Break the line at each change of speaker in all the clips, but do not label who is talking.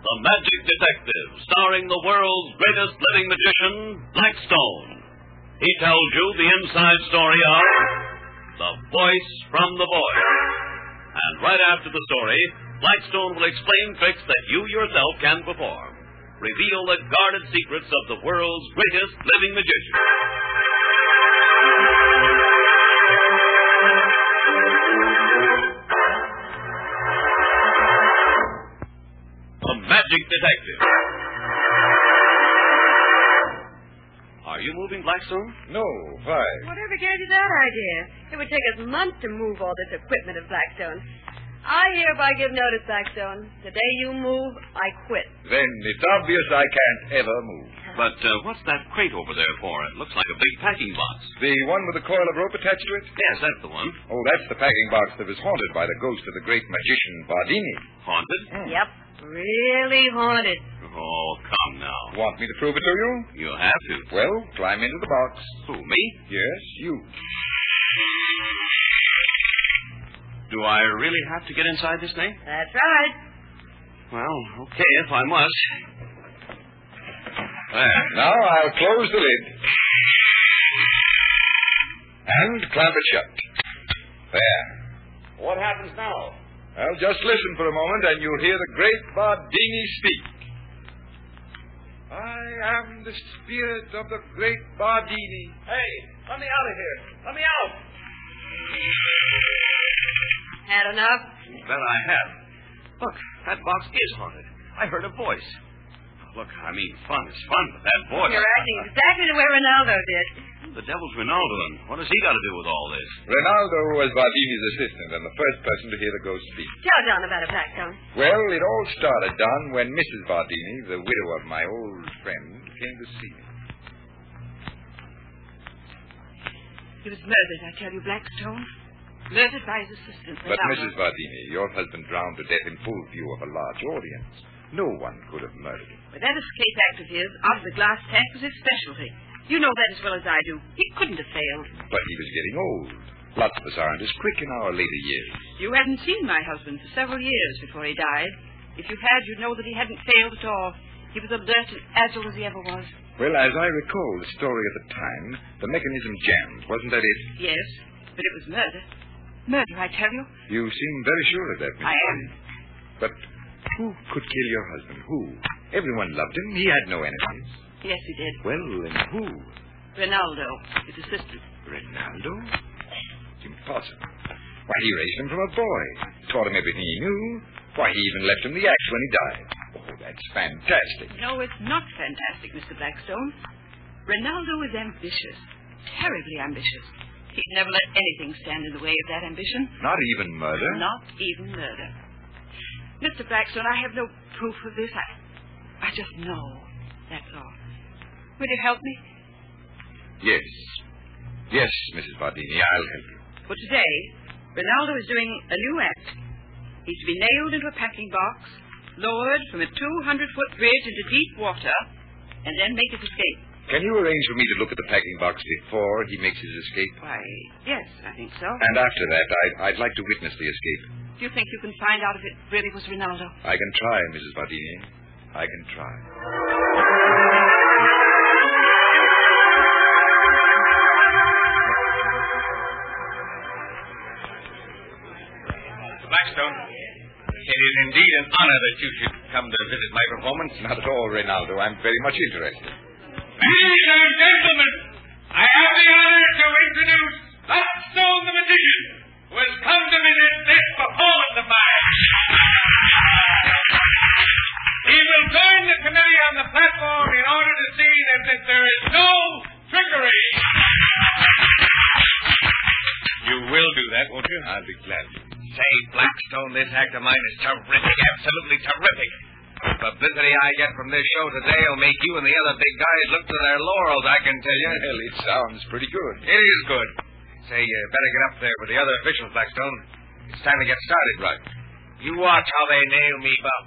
The Magic Detective, starring the world's greatest living magician, Blackstone. He tells you the inside story of The Voice from the Void. And right after the story, Blackstone will explain tricks that you yourself can perform. Reveal the guarded secrets of the world's greatest living magician. The Magic Detective. Are you moving, Blackstone?
No, why?
Whatever gave you that idea? It would take us months to move all this equipment of Blackstone. I hereby give notice, Blackstone. The day you move, I quit.
Then it's obvious I can't ever move.
But uh, what's that crate over there for? It looks like a big packing box.
The one with the coil of rope attached to it?
Yes, that's the one.
Oh, that's the packing box that was haunted by the ghost of the great magician Bardini. Hmm.
Haunted?
Yep. Really haunted.
Oh, come now.
Want me to prove it to you?
You have to.
Well, climb into the box.
Who, me?
Yes, you.
Do I really have to get inside this thing?
That's right.
Well, okay, if I must. There.
Now I'll close the lid. And clamp it shut. There.
What happens now?
Well, just listen for a moment and you'll hear the great Bardini speak. I am the spirit of the great Bardini.
Hey, let me out of here. Let me out.
Had enough?
That I have. Look, that box is haunted. I heard a voice. Look, I mean, fun is fun, but that voice.
You're acting exactly the way Ronaldo did.
The devil's Ronaldo, and what has he got to do with all this?
Ronaldo was Bardini's assistant and the first person to hear the ghost speak.
Tell John about it, Blackstone.
Well, it all started, Don, when Mrs. Bardini, the widow of my old friend, came to see me.
He was murdered, I tell you, Blackstone. Murdered by his assistant.
But
Ronaldo.
Mrs. Bardini, your husband drowned to death in full view of a large audience. No one could have murdered him.
But that escape act of his out of the glass tank was his specialty. You know that as well as I do. He couldn't have failed.
But he was getting old. Lots of us aren't as quick in our later years.
You hadn't seen my husband for several years before he died. If you had, you'd know that he hadn't failed at all. He was alert and agile as he ever was.
Well, as I recall the story at the time, the mechanism jammed. Wasn't that it?
Yes, but it was murder. Murder, I tell you.
You seem very sure of that, Miss
I am.
Bardini. But who could kill your husband? Who? Everyone loved him. He had no enemies.
Yes, he did.
Well, then who?
Ronaldo, his assistant.
Ronaldo? It's impossible. Why, he raised him from a boy, taught him everything he knew. Why, he even left him the axe when he died. Oh, that's fantastic.
No, it's not fantastic, Mr. Blackstone. Ronaldo is ambitious, terribly ambitious. He'd never let anything stand in the way of that ambition.
Not even murder?
Not even murder. Mr. Blackstone, I have no proof of this. I, I just know. That's all. Will you help me?
Yes. Yes, Mrs. Bardini, I'll help you.
For today, Ronaldo is doing a new act. He's to be nailed into a packing box, lowered from a 200 foot bridge into deep water, and then make his escape.
Can you arrange for me to look at the packing box before he makes his escape?
Why, yes, I think so.
And after that, I'd, I'd like to witness the escape.
Do you think you can find out if it really was Ronaldo?
I can try, Mrs. Bardini. I can try.
Blackstone, it is indeed an honor that you should come to visit my performance.
Not at all, Rinaldo. I'm very much interested.
Ladies and gentlemen, I have the honor to introduce Blackstone the magician, who has come to visit this performance of mine. He will join the committee on the platform in order to see that, that there is no trickery. You will do that, won't you?
I'll be glad.
Say, Blackstone, this act of mine is terrific, absolutely terrific. The publicity I get from this show today will make you and the other big guys look to their laurels, I can tell you.
Well, it sounds pretty good.
It is good. Say, you better get up there with the other officials, Blackstone. It's time to get started.
Right.
You watch how they nail me, Bob.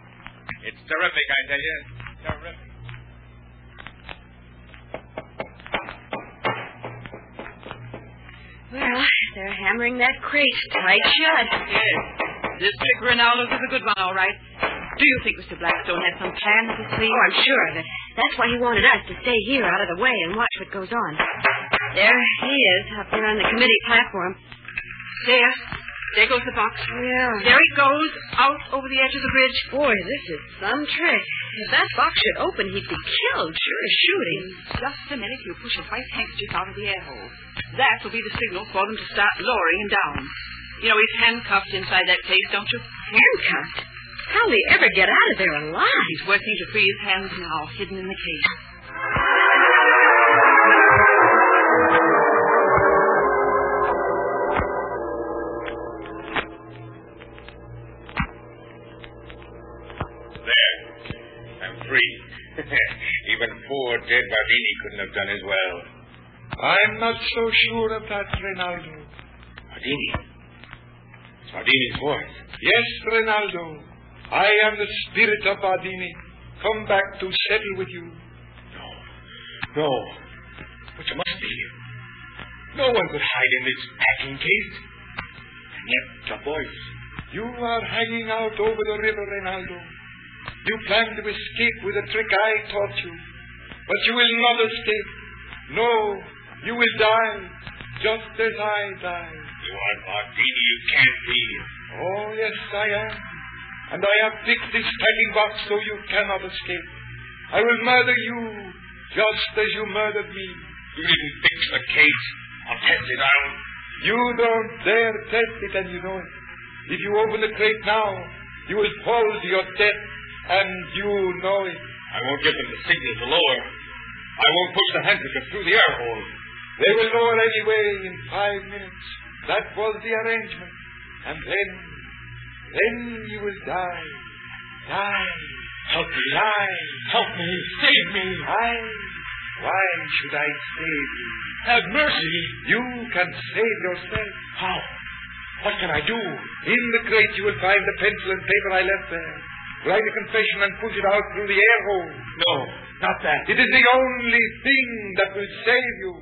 It's terrific, I tell you. Terrific.
Well, they're hammering that crate tight shut.
Yes. This trick Ronaldo's is a good one, all right. Do you think Mr. Blackstone had some plan up his sleeve?
Oh, I'm sure of it. That's why he wanted us to stay here out of the way and watch what goes on. There he is, up there on the committee platform.
There. There goes the box.
Yeah.
There it goes, out over the edge of the bridge.
Boy, this is some trick. If that box should open, he'd be killed, sure as shooting.
Just a minute, you push a white handkerchief out of the air hole. That will be the signal for them to start lowering him down. You know, he's handcuffed inside that case, don't you?
Handcuffed. How'll he ever get out of there alive?
He's working to free his hands now, hidden in the case.
There. I'm free. Even poor dead Bardini couldn't have done as well. I'm not so sure of that, Rinaldo. Bardini? It's Bardini's voice.
Yes, Rinaldo. I am the spirit of Bardini, come back to settle with you.
No. No. But you must be here. No one could hide in this packing case. And yet, the voice.
You are hanging out over the river, Rinaldo. You plan to escape with the trick I taught you. But you will not escape. No, you will die, just as I died.
You are Bardini. You can't be here.
Oh, yes, I am. And I have picked this packing box so you cannot escape. I will murder you, just as you murdered me.
You didn't fix the case. I'll test it out.
You don't dare test it, and you know it. If you open the crate now, you will fall to your death, and you know it.
I won't give them the signal to lower. I won't push the handkerchief through the air hole.
They will lower anyway in five minutes. That was the arrangement. And then, then you will die. Die.
Help me.
Die.
Help me. Save me.
I? Why should I save you?
Have mercy.
You can save yourself.
How? What can I do?
In the crate you will find the pencil and paper I left there. Write a confession and push it out through the air hole.
No. Not that.
It is the only thing that will save you.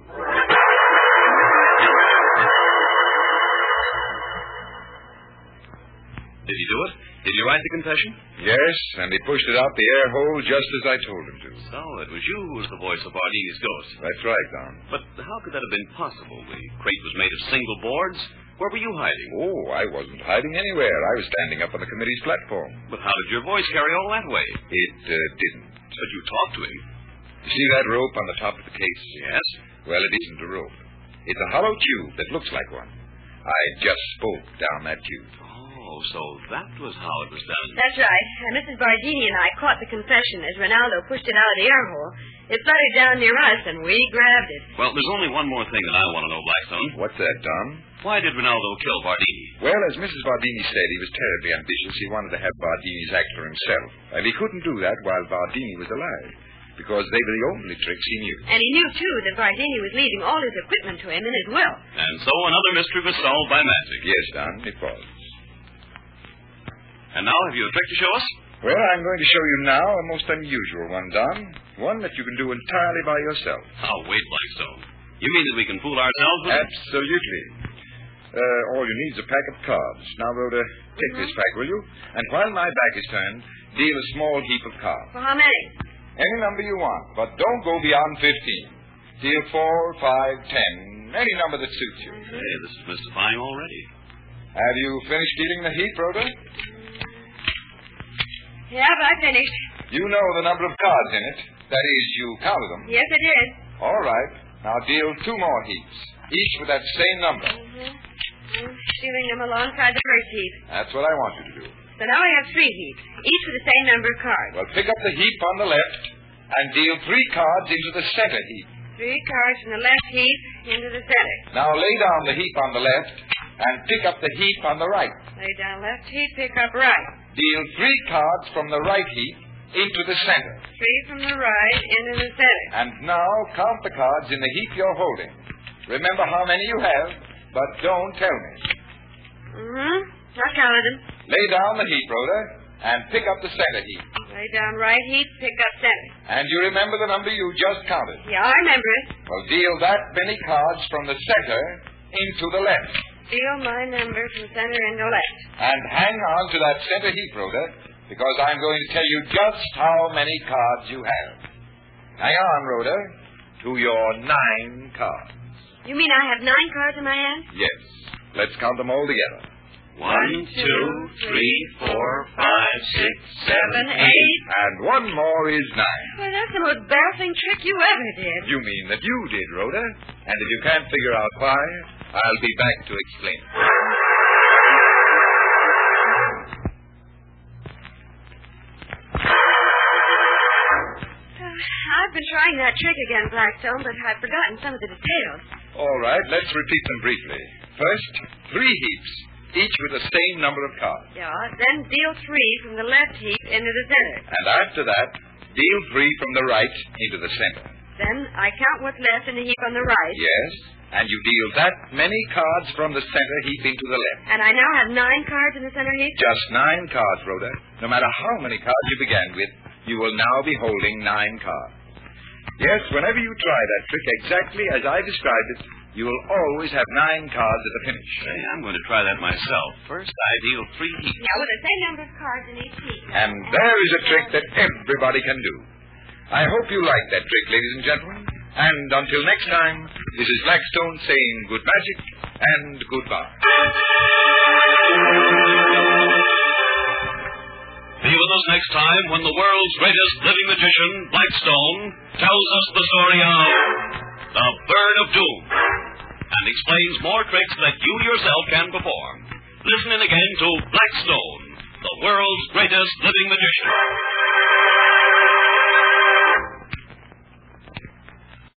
Did he do it? Did he write the confession?
Yes, and he pushed it out the air hole just as I told him to.
So it was you who was the voice of Bardini's ghost.
That's right, Don.
But how could that have been possible? The crate was made of single boards. Where were you hiding?
Oh, I wasn't hiding anywhere. I was standing up on the committee's platform.
But how did your voice carry all that way?
It uh, didn't.
But you talked to him.
You see that rope on the top of the case?
Yes?
Well, it isn't a rope. It's a hollow tube that looks like one. I just spoke down that tube.
Oh, so that was how it was done.
That's right. And Mrs. Bardini and I caught the confession as Ronaldo pushed it out of the air hole. It fluttered down near us, and we grabbed it.
Well, there's only one more thing that I want to know, Blackstone.
What's that, Don?
Why did Ronaldo kill Bardini?
Well, as Mrs. Bardini said, he was terribly ambitious. He wanted to have Bardini's act for himself. And he couldn't do that while Bardini was alive, because they were the only tricks he knew.
And he knew, too, that Bardini was leaving all his equipment to him in his will.
And so another mystery was solved by magic.
Yes, Don, it was.
And now, have you a trick to show us?
Well, I'm going to show you now a most unusual one, Don. One that you can do entirely by yourself.
Oh, wait, Blackstone. You mean that we can fool ourselves with it?
Absolutely. Uh, all you need is a pack of cards. Now, Rhoda, take this pack, will you? And while my back is turned, deal a small heap of cards.
For how many?
Any number you want, but don't go beyond 15. Deal 4, 5, 10, any number that suits you.
Hey, this is mystifying already.
Have you finished dealing the heap, Rhoda?
Have I finished?
You know the number of cards in it. That is, you counted them.
Yes, it is.
All right. Now deal two more heaps, each with that same number.
I'm stealing them alongside the first heap.
That's what I want you to do.
So now I have three heaps, each with the same number of cards.
Well, pick up the heap on the left and deal three cards into the center heap.
Three cards from the left heap into the center.
Now lay down the heap on the left and pick up the heap on the right.
Lay down left heap, pick up right.
Deal three cards from the right heap into the center.
Three from the right into the center.
And now count the cards in the heap you're holding. Remember how many you have, but don't tell me.
Mm-hmm. I counted them.
Lay down the heap, Rhoda, and pick up the center heap.
Lay down right heap, pick up center.
And you remember the number you just counted.
Yeah, I remember it.
Well, deal that many cards from the center into the left.
Deal my number from center into left.
And hang on to that center heap, Rhoda, because I'm going to tell you just how many cards you have. Hang on, Rhoda, to your nine cards.
You mean I have nine cards in my hand?
Yes. Let's count them all together.
One, two, three, four, five, six, seven, eight.
And one more is nine.
Well, that's the most baffling trick you ever did.
You mean that you did, Rhoda. And if you can't figure out why, I'll be back to explain.
Uh, I've been trying that trick again, Blackstone, but I've forgotten some of the details.
All right, let's repeat them briefly. First, three heaps, each with the same number of cards.
Yeah, then deal three from the left heap into the center.
And after that, deal three from the right into the center.
Then I count what's left in the heap on the right.
Yes, and you deal that many cards from the center heap into the left.
And I now have nine cards in the center heap.
Just nine cards, Rhoda. No matter how many cards you began with, you will now be holding nine cards. Yes, whenever you try that trick exactly as I described it, you will always have nine cards at the finish.
Say, I'm going to try that myself. First, I deal three heaps.
Yeah, with the same number of cards in each heap.
And there is a trick that everybody can do. I hope you like that trick, ladies and gentlemen. And until next time, this is Blackstone saying good magic and goodbye.
Be with us next time when the world's greatest living magician, Blackstone, tells us the story of The Bird of Doom and explains more tricks that you yourself can perform. Listen in again to Blackstone, the world's greatest living magician.